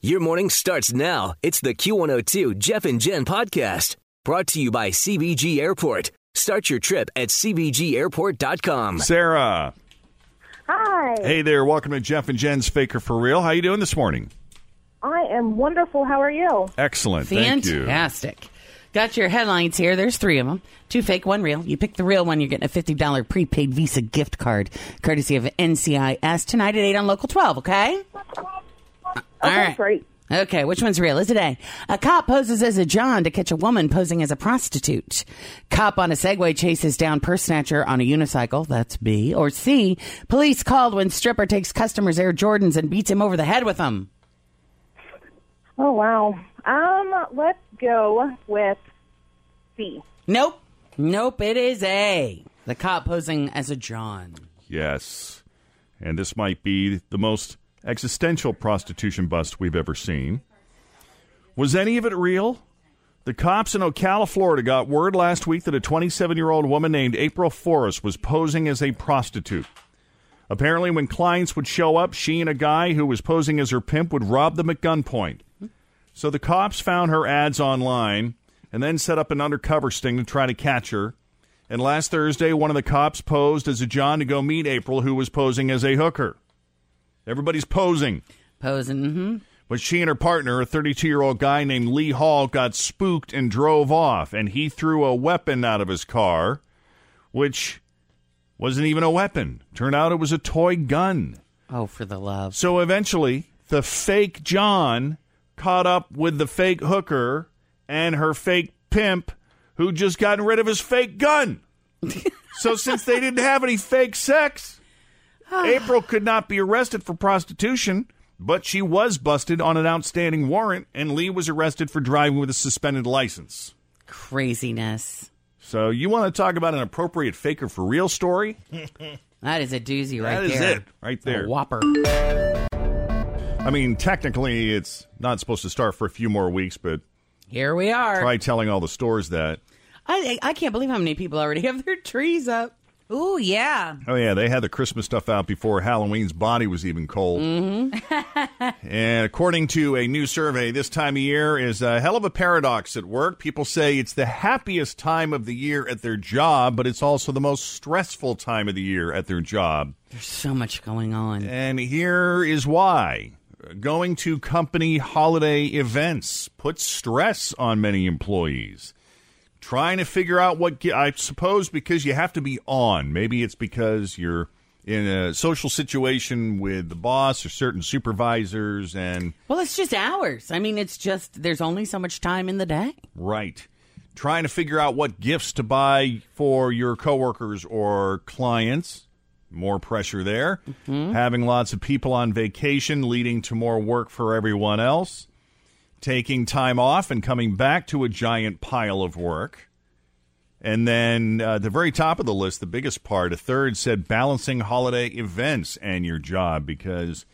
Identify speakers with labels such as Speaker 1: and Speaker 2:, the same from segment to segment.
Speaker 1: Your morning starts now. It's the Q102 Jeff and Jen podcast brought to you by CBG Airport. Start your trip at CBGAirport.com.
Speaker 2: Sarah.
Speaker 3: Hi.
Speaker 2: Hey there. Welcome to Jeff and Jen's Faker for Real. How you doing this morning?
Speaker 3: I am wonderful. How are you?
Speaker 2: Excellent. Thank you.
Speaker 4: Fantastic. Got your headlines here. There's three of them. Two fake, one real. You pick the real one, you're getting a $50 prepaid Visa gift card, courtesy of NCIS, tonight at 8 on Local 12, okay? All
Speaker 3: Okay,
Speaker 4: right.
Speaker 3: great.
Speaker 4: Okay, which one's real? Is it A? A cop poses as a John to catch a woman posing as a prostitute. Cop on a Segway chases down purse snatcher on a unicycle. That's B. Or C. Police called when stripper takes customers Air Jordans and beats him over the head with them.
Speaker 3: Oh wow. Um, let's go with C.
Speaker 4: Nope. Nope, it is A. The cop posing as a John.
Speaker 2: Yes. And this might be the most existential prostitution bust we've ever seen. Was any of it real? The cops in Ocala, Florida got word last week that a 27 year old woman named April Forrest was posing as a prostitute. Apparently, when clients would show up, she and a guy who was posing as her pimp would rob them at gunpoint. So the cops found her ads online and then set up an undercover sting to try to catch her. And last Thursday, one of the cops posed as a John to go meet April, who was posing as a hooker. Everybody's posing.
Speaker 4: Posing. Mm-hmm.
Speaker 2: But she and her partner, a 32 year old guy named Lee Hall, got spooked and drove off, and he threw a weapon out of his car, which wasn't even a weapon. Turned out it was a toy gun.
Speaker 4: Oh, for the love.
Speaker 2: So eventually, the fake John caught up with the fake hooker and her fake pimp, who just gotten rid of his fake gun. so since they didn't have any fake sex, April could not be arrested for prostitution, but she was busted on an outstanding warrant, and Lee was arrested for driving with a suspended license.
Speaker 4: Craziness.
Speaker 2: So you want to talk about an appropriate faker for real story?
Speaker 4: That is a doozy right
Speaker 2: That is
Speaker 4: there. Oh,
Speaker 2: it, right there.
Speaker 4: A whopper.
Speaker 2: I mean, technically, it's not supposed to start for a few more weeks, but
Speaker 4: Here we are.
Speaker 2: try telling all the stores that.
Speaker 4: I I can't believe how many people already have their trees up.
Speaker 5: Ooh, yeah.
Speaker 2: Oh yeah, they had the Christmas stuff out before Halloween's body was even cold. Mm-hmm. and according to a new survey, this time of year is a hell of a paradox at work. People say it's the happiest time of the year at their job, but it's also the most stressful time of the year at their job.
Speaker 4: There's so much going on.
Speaker 2: And here is why. Going to company holiday events puts stress on many employees. Trying to figure out what, ge- I suppose, because you have to be on. Maybe it's because you're in a social situation with the boss or certain supervisors and.
Speaker 4: Well, it's just hours. I mean, it's just there's only so much time in the day.
Speaker 2: Right. Trying to figure out what gifts to buy for your coworkers or clients. More pressure there. Having lots of people on vacation, leading to more work for everyone else. Taking time off and coming back to a giant pile of work. And then uh, at the very top of the list, the biggest part, a third said balancing holiday events and your job because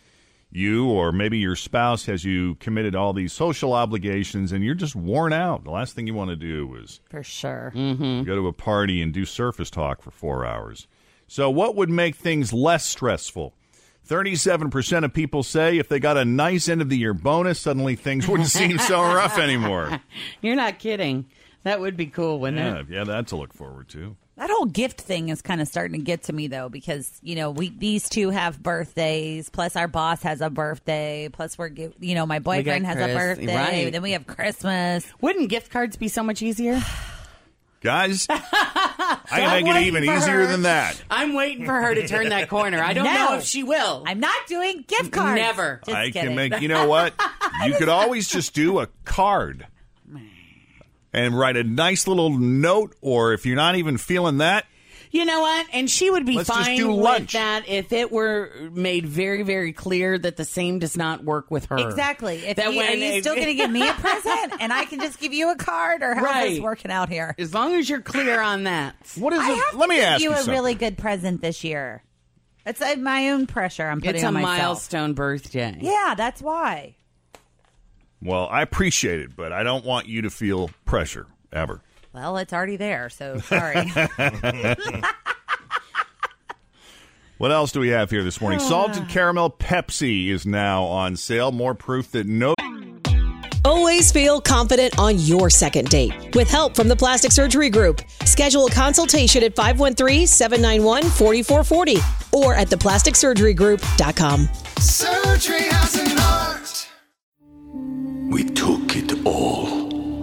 Speaker 2: you or maybe your spouse has you committed all these social obligations and you're just worn out. The last thing you want to do is
Speaker 5: For sure.
Speaker 4: Mm.
Speaker 2: go to a party and do surface talk for four hours. So, what would make things less stressful? 37% of people say if they got a nice end of the year bonus, suddenly things wouldn't seem so rough anymore.
Speaker 4: You're not kidding. That would be cool, wouldn't
Speaker 2: Yeah,
Speaker 4: it?
Speaker 2: yeah, that's a look forward to.
Speaker 6: That whole gift thing is kind of starting to get to me though, because you know we these two have birthdays. Plus, our boss has a birthday. Plus, we're gi- you know my boyfriend has a
Speaker 4: Chris,
Speaker 6: birthday.
Speaker 4: right.
Speaker 6: Then we have Christmas.
Speaker 4: Wouldn't gift cards be so much easier?
Speaker 2: Guys, I can make it even
Speaker 4: for her.
Speaker 2: easier than that.
Speaker 4: I'm waiting for her to turn that corner. I don't
Speaker 6: No.
Speaker 4: know if she will.
Speaker 6: I'm not doing gift cards.
Speaker 4: Never.
Speaker 6: Just
Speaker 2: I
Speaker 6: kidding.
Speaker 2: can make. You know what? You could always just do a card and write a nice little note, or if you're not even feeling that,
Speaker 4: You know what? And she would be
Speaker 2: Let's just
Speaker 4: fine
Speaker 2: do
Speaker 4: with
Speaker 2: lunch.
Speaker 4: that if it were made very, very clear that the same does not work with her.
Speaker 6: Exactly. If
Speaker 4: That
Speaker 6: you, are
Speaker 4: when-
Speaker 6: you still going to give me a present, and I can just give you a card, or how's
Speaker 4: Right.
Speaker 6: this working out here?
Speaker 4: As long as you're clear on that.
Speaker 2: what is
Speaker 6: I
Speaker 2: it?
Speaker 6: have
Speaker 2: Let
Speaker 6: to
Speaker 2: me
Speaker 6: give
Speaker 2: ask
Speaker 6: you
Speaker 2: you,
Speaker 6: a
Speaker 2: something.
Speaker 6: really good present this year. It's uh, my own pressure I'm putting
Speaker 4: It's a
Speaker 6: on myself.
Speaker 4: milestone birthday.
Speaker 6: Yeah, that's why.
Speaker 2: Well, I appreciate it, but I don't want you to feel pressure ever.
Speaker 6: Well, it's already there, so sorry.
Speaker 2: What else do we have here this
Speaker 6: Oh,
Speaker 2: morning? Salted caramel Pepsi is now on sale. More proof that no.
Speaker 5: Always feel confident on your second date. With help from the Plastic Surgery Group, schedule a consultation at 513-791-4440 or at theplasticsurgerygroup.com.
Speaker 7: Surgery has an art.
Speaker 8: We took it all.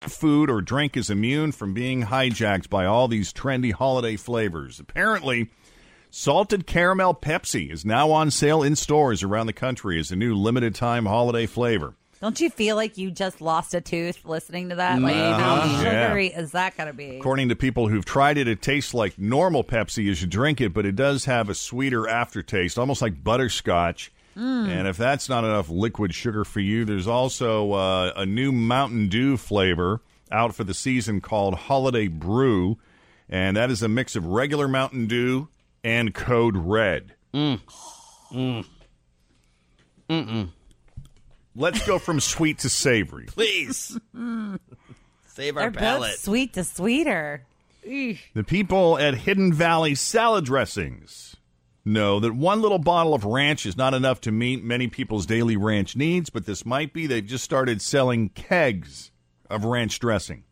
Speaker 2: food or drink is immune from being hijacked by all these trendy holiday flavors. Apparently, salted caramel Pepsi is now on sale in stores around the country as a new limited time holiday flavor.
Speaker 6: Don't you feel like you just lost a tooth listening to that? Like,
Speaker 4: Maybe.
Speaker 6: how
Speaker 2: Yeah.
Speaker 6: sugary is that going to be?
Speaker 2: According to people who've tried it, it tastes like normal Pepsi as you drink it, but it does have a sweeter aftertaste, almost like butterscotch. And if that's not enough liquid sugar for you, there's also uh, a new Mountain Dew flavor out for the season called Holiday Brew. And that is a mix of regular Mountain Dew and Code Red. Let's go from sweet to savory.
Speaker 9: Please. Save our
Speaker 6: They're both
Speaker 9: palate.
Speaker 6: sweet to sweeter.
Speaker 2: The people at Hidden Valley Salad Dressings know that one little bottle of ranch is not enough to meet many people's daily ranch needs, but this might be they've just started selling kegs of ranch dressing.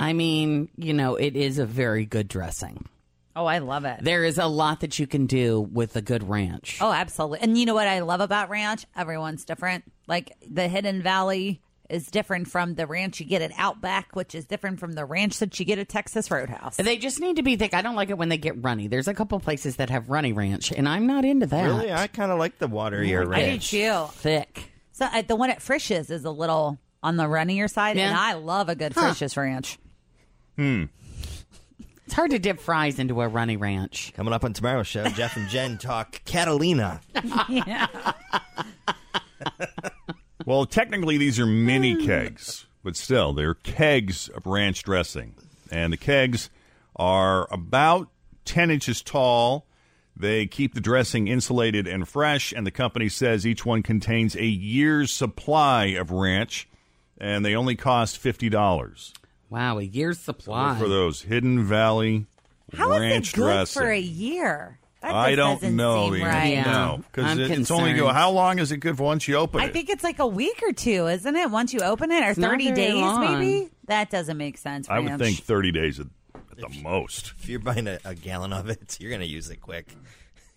Speaker 4: I mean, you know, it is a very good dressing.
Speaker 6: Oh, I love it.
Speaker 4: There is a lot that you can do with a good ranch.
Speaker 6: Oh, absolutely. And you know what I love about ranch? Everyone's different. Like the Hidden Valley is different from the ranch you get at Outback, which is different from the ranch that you get at Texas Roadhouse.
Speaker 4: They just need to be thick. I don't like it when they get runny. There's a couple places that have runny ranch, and I'm not into that.
Speaker 9: Really? I kind of like the waterier
Speaker 6: I do
Speaker 9: ranch.
Speaker 6: too.
Speaker 4: thick.
Speaker 6: So uh, the one at Frisch's is a little on the runnier side, and
Speaker 4: Yeah.
Speaker 6: I love a good Frisch's ranch.
Speaker 4: It's hard to dip fries into a runny ranch.
Speaker 9: Coming up on tomorrow's show, Jeff and Jen talk Catalina.
Speaker 2: Well, technically, these are
Speaker 6: Hmm.
Speaker 2: mini kegs, but still, they're kegs of ranch dressing. And the kegs are about 10 inches tall. They keep the dressing insulated and fresh, and the company says each one contains a year's supply of ranch, and they only cost $50
Speaker 4: Wow, a year's supply.
Speaker 2: for those Hidden Valley
Speaker 6: How is
Speaker 2: ranch
Speaker 6: it good
Speaker 2: dressing.
Speaker 6: for a year? That
Speaker 2: I
Speaker 6: just
Speaker 2: don't
Speaker 6: doesn't
Speaker 2: know.
Speaker 6: seem
Speaker 2: the-
Speaker 6: right.
Speaker 4: Yeah.
Speaker 2: No, because
Speaker 4: I'm
Speaker 2: it, it's only go.
Speaker 4: concerned.
Speaker 2: How long is it good for once you open it?
Speaker 6: I think it's like a week or two, isn't it? Once you open it, or
Speaker 4: not
Speaker 6: thirty
Speaker 4: very
Speaker 6: days,
Speaker 4: long.
Speaker 6: maybe. That doesn't make sense.
Speaker 2: I would
Speaker 6: Ranch.
Speaker 2: think 30 days at, at the most.
Speaker 9: If you're buying a, a gallon of it, you're going to use it quick.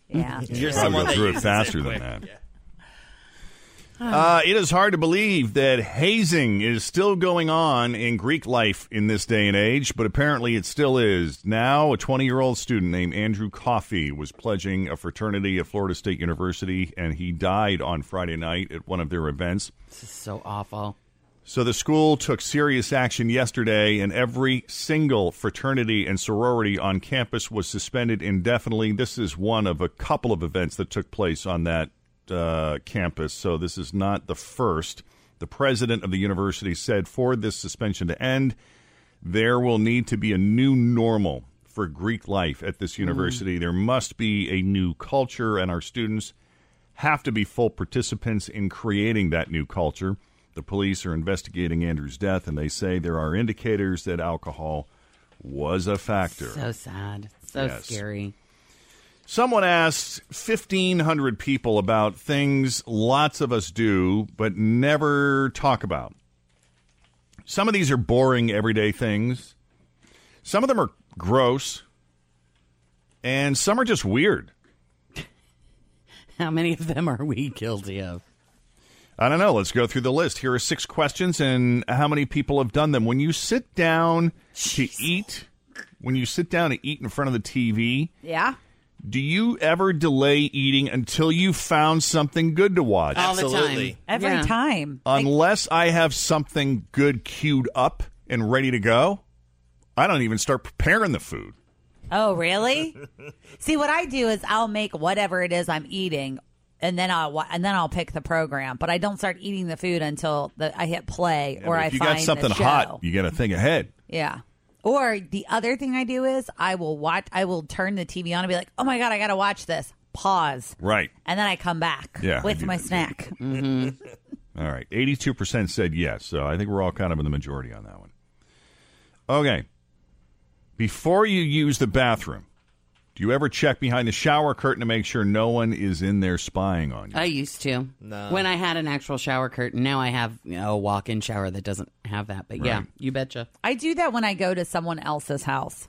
Speaker 6: Yeah.
Speaker 9: You're
Speaker 2: Probably
Speaker 9: someone
Speaker 2: go
Speaker 9: that
Speaker 2: through it
Speaker 9: uses
Speaker 2: faster than
Speaker 9: quick.
Speaker 2: that. Uh, it is hard to believe that hazing is still going on in Greek life in this day and age, but apparently it still is. Now, a 20 year old student named Andrew Coffey was pledging a fraternity at Florida State University, and he died on Friday night at one of their events.
Speaker 4: This is so awful.
Speaker 2: So the school took serious action yesterday, and every single fraternity and sorority on campus was suspended indefinitely. This is one of a couple of events that took place on that uh, campus, so this is not the first. The president of the university said for this suspension to end, there will need to be a new normal for Greek life at this university. There must be a new culture, and our students have to be full participants in creating that new culture. The police are investigating Andrew's death, and they say there are indicators that alcohol was a factor.
Speaker 4: So sad. So
Speaker 2: Yes.
Speaker 4: scary.
Speaker 2: Someone asked 1,500 people about things lots of us do but never talk about. Some of these are boring everyday things, some of them are gross, and some are just weird.
Speaker 4: How many of them are we guilty of?
Speaker 2: I don't know. Let's go through the list. Here are six questions and how many people have done them. When you sit down to eat, when you sit down to eat in front of the TV,
Speaker 6: Yeah.
Speaker 2: do you ever delay eating until you found something good to watch?
Speaker 6: All the time. Absolutely. Every time.
Speaker 2: Unless I have something good queued up and ready to go, I don't even start preparing the food.
Speaker 6: Oh, really? See, what I do is I'll make whatever it is I'm eating, and then I'll wa- and then I'll pick the program. But I don't start eating the food until the, I hit play or
Speaker 2: if
Speaker 6: I
Speaker 2: you
Speaker 6: find
Speaker 2: got something
Speaker 6: the show.
Speaker 2: hot, you got to think ahead.
Speaker 6: Yeah. Or the other thing I do is I will watch. I will turn the TV on and be like, "Oh my god, I gotta watch this." Pause,
Speaker 2: Right.
Speaker 6: and then I come back
Speaker 2: Yeah, I
Speaker 6: with
Speaker 2: do
Speaker 6: my
Speaker 2: that, too.
Speaker 6: snack.
Speaker 2: All right. 82% said yes. So I think we're all kind of in the majority on that one. Okay. Before you use the bathroom, do you ever check behind the shower curtain to make sure no one is in there spying on you?
Speaker 4: I used to.
Speaker 2: No.
Speaker 4: When I had an actual shower curtain. Now I have you know, a walk in shower that doesn't have that. But yeah,
Speaker 2: Right.
Speaker 4: you betcha.
Speaker 6: I do that when I go to someone else's house.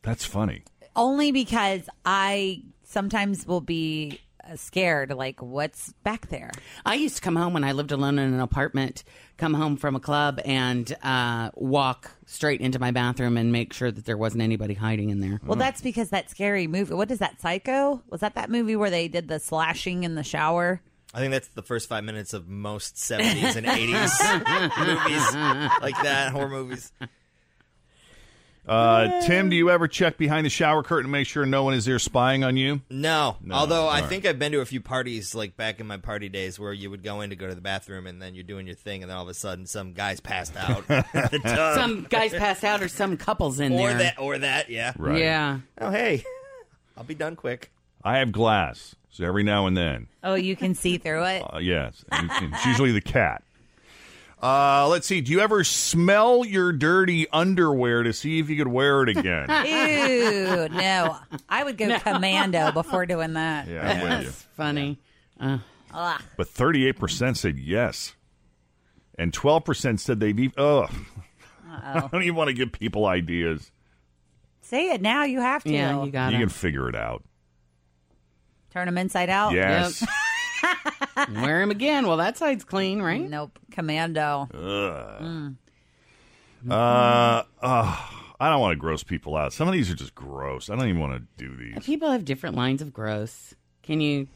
Speaker 2: That's funny.
Speaker 6: only because I sometimes will be uh, scared. Like, what's back there?
Speaker 4: I used to come home when I lived alone in an apartment, come home from a club and uh, walk straight into my bathroom and make sure that there wasn't anybody hiding in there.
Speaker 6: Well, that's because that scary movie. What is that? Psycho? Was that that movie where they did the slashing in the shower?
Speaker 9: I think that's the first five minutes of most 70s and 80s movies like that, horror movies.
Speaker 2: Uh, Tim, do you ever check behind the shower curtain to make sure no one is there spying on you?
Speaker 9: No. Although I
Speaker 2: All right.
Speaker 9: think I've been to a few parties, like back in my party days, where you would go in to go to the bathroom and then you're doing your thing, and then all of a sudden some guy's passed out. The
Speaker 2: Uh.
Speaker 9: tub.
Speaker 4: Some guys passed out or some couples in
Speaker 9: or
Speaker 4: there.
Speaker 9: that, or that, yeah.
Speaker 2: Right.
Speaker 4: Yeah.
Speaker 9: Oh, hey, I'll be done quick.
Speaker 2: I have glass. So every now and then.
Speaker 6: Oh, you can see through it.
Speaker 2: Uh, yes. And it's- it's usually the cat. Uh, let's see. Do you ever smell your dirty underwear to see if you could wear it again?
Speaker 6: Ew, no. I would go commando before doing that.
Speaker 2: Yeah, I'm with you.
Speaker 4: That's funny. Uh,
Speaker 6: Ugh.
Speaker 2: But 38% said yes. And 12% said they've even. Ugh. I don't even want to give people ideas.
Speaker 6: Say it now. You have to.
Speaker 4: Yeah, you got
Speaker 2: You
Speaker 4: it.
Speaker 2: can figure it out.
Speaker 6: Turn them inside
Speaker 4: Oh,
Speaker 6: out.
Speaker 2: yes.
Speaker 4: Wear them again. Well, that side's clean, right?
Speaker 6: Nope. Commando.
Speaker 2: Ugh. Uh, ugh. I don't want to gross people out. Some of these are just gross. I don't even want to do these.
Speaker 4: People have different lines of gross. Can you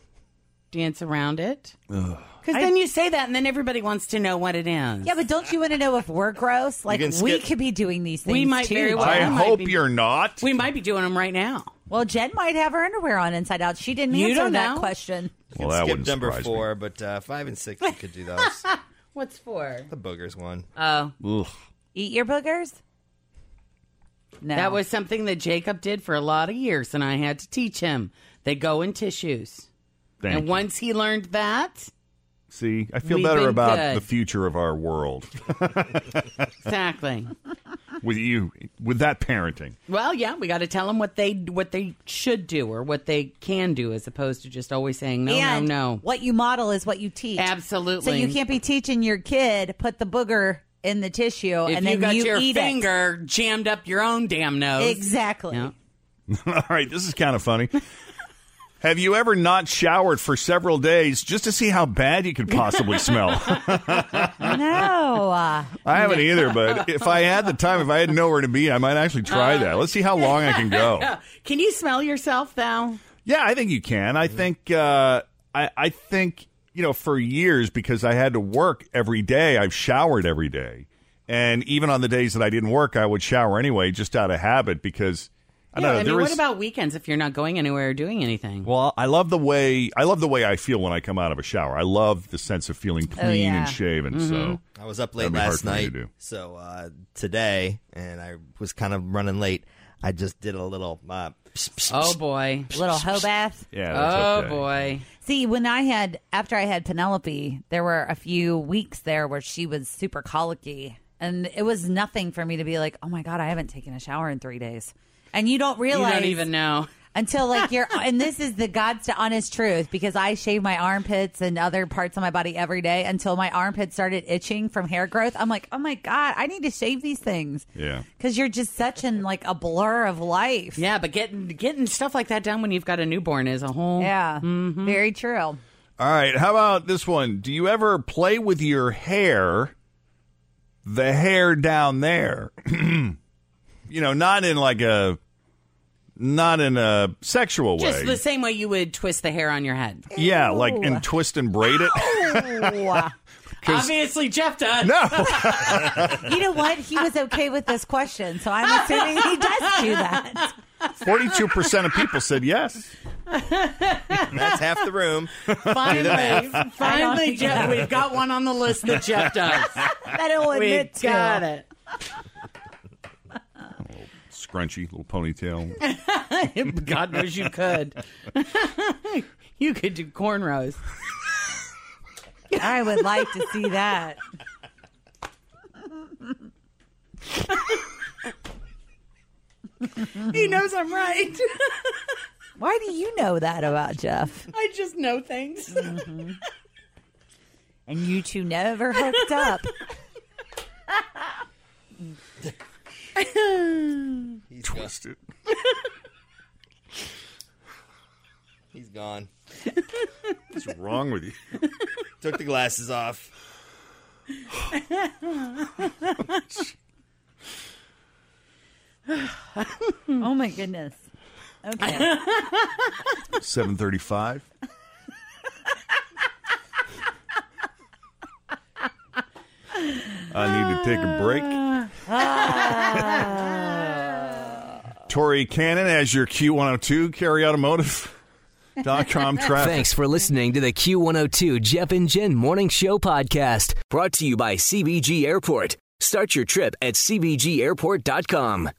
Speaker 4: dance around it? Because
Speaker 6: I-
Speaker 4: then you say that, and then everybody wants to know what it is.
Speaker 6: Yeah, but don't you want to know if we're gross? Like,
Speaker 4: can
Speaker 6: we
Speaker 4: skip-
Speaker 6: could be doing these things.
Speaker 4: We might
Speaker 6: too.
Speaker 4: very well.
Speaker 2: I
Speaker 4: we might
Speaker 2: hope
Speaker 4: be-
Speaker 2: you're not.
Speaker 4: We might be doing them right now.
Speaker 6: Well, Jen might have her underwear on inside out. She didn't
Speaker 4: You
Speaker 6: answer
Speaker 4: don't
Speaker 6: that
Speaker 4: know.
Speaker 6: question.
Speaker 2: Well, that
Speaker 9: Skip
Speaker 2: wouldn't
Speaker 9: number
Speaker 2: surprise
Speaker 9: four, but uh, five and six, you could do those.
Speaker 4: What's for?
Speaker 9: the boogers one.
Speaker 4: Oh,
Speaker 2: me. Ugh.
Speaker 6: Eat your boogers? No.
Speaker 4: that was something that Jacob did for a lot of years, and I had to teach him. They go in tissues,
Speaker 2: Thank
Speaker 4: and
Speaker 2: you.
Speaker 4: once he learned that,
Speaker 2: See, I feel
Speaker 4: We've
Speaker 2: better
Speaker 4: been
Speaker 2: about
Speaker 4: good.
Speaker 2: the future of our world
Speaker 4: exactly.
Speaker 2: with you, with that parenting.
Speaker 4: well, yeah, we got to tell them what they what they should do or what they can do, as opposed to just always saying no,
Speaker 6: and
Speaker 4: no, no.
Speaker 6: What you model is what you teach. So
Speaker 4: Absolutely.
Speaker 6: you can't be teaching your kid put the booger in the tissue
Speaker 4: If
Speaker 6: and
Speaker 4: you
Speaker 6: then
Speaker 4: got your
Speaker 6: eat
Speaker 4: finger jammed up your own damn
Speaker 6: it.
Speaker 4: nose,
Speaker 6: Exactly.
Speaker 4: Yeah.
Speaker 2: All right, this is kind of funny. Have you ever not showered for several days just to see how bad you could possibly smell?
Speaker 6: No. Uh,
Speaker 2: I haven't either, but if I had the time, if I had nowhere to be, I might actually
Speaker 4: Uh,
Speaker 2: try that. Let's see how long I can go.
Speaker 4: Can you smell yourself though?
Speaker 2: Yeah, I think you can.
Speaker 9: Mm-hmm.
Speaker 2: I think uh, I, I think you know for years because I had to work every day. I've showered every day, and even on the days that I didn't work, I would shower anyway, just out of habit because I
Speaker 4: Yeah,
Speaker 2: don't know.
Speaker 4: I
Speaker 2: there
Speaker 4: mean, what
Speaker 2: is-
Speaker 4: about weekends if you're not going anywhere or doing anything?
Speaker 2: well, I love the way I love the way I feel when I come out of a shower. I love the sense of
Speaker 4: Oh,
Speaker 2: feeling clean
Speaker 6: yeah.
Speaker 2: and shaven. So
Speaker 4: Mm-hmm.
Speaker 9: I was up late
Speaker 2: that'd be hard
Speaker 9: last
Speaker 2: for me to
Speaker 9: night,
Speaker 2: do.
Speaker 9: so uh, today, and I was kind of running late. I just did a little. Uh,
Speaker 4: Oh boy,
Speaker 6: little hoe bath.
Speaker 9: Yeah, that's
Speaker 4: oh
Speaker 9: okay.
Speaker 4: boy.
Speaker 6: See, when I had after I had Penelope, there were a few weeks there where she was super colicky, and it was nothing for me to be like, "Oh my god, I haven't taken a shower in three days," and you don't realize
Speaker 4: You don't even know.
Speaker 6: until like you're. and this is the God's honest truth because I shave my armpits and other parts of my body every day until my armpits started itching from hair growth. I'm like, "Oh my god, I need to shave these things."
Speaker 2: Yeah.
Speaker 6: Because you're just such in like a blur of life.
Speaker 4: Yeah, but getting getting stuff like that done when you've got a newborn is a whole
Speaker 6: Yeah. Very true.
Speaker 2: All right, how about this one? Do you ever play with your hair? The hair down there. you know, not in like a not in a sexual
Speaker 4: Just
Speaker 2: way.
Speaker 4: the same way you would twist the hair on your head.
Speaker 2: yeah, like and twist and braid it. 'Cause-
Speaker 4: Obviously, Jeff does.
Speaker 2: No.
Speaker 6: You know what? He was okay with this question, so I'm assuming he does do that.
Speaker 2: 42% of people said yes.
Speaker 9: That's half the room.
Speaker 4: Finally,
Speaker 9: Do the math.
Speaker 4: finally, Jeff, we've got one on the list that Jeff does.
Speaker 6: That he'll
Speaker 4: we
Speaker 6: admit to.
Speaker 4: got it.
Speaker 2: Scrunchy little ponytail.
Speaker 4: God knows you could. you could do cornrows.
Speaker 6: I would like to see that.
Speaker 4: He knows I'm right.
Speaker 6: Why do you know that about Jeff?
Speaker 4: I just know things.
Speaker 6: And you two never hooked up.
Speaker 9: He's
Speaker 2: Twist it.
Speaker 9: gone. He's gone.
Speaker 2: What's wrong with you?
Speaker 9: Took the glasses off.
Speaker 6: Oh my goodness. Okay.
Speaker 2: 735. I need to take a break. Tori Cannon as your Q102 carry automotive.com traffic.
Speaker 1: Thanks for listening to the Q102 Jeff and Jen Morning Show podcast, brought to you by CBG Airport. Start your trip at CBGAirport.com.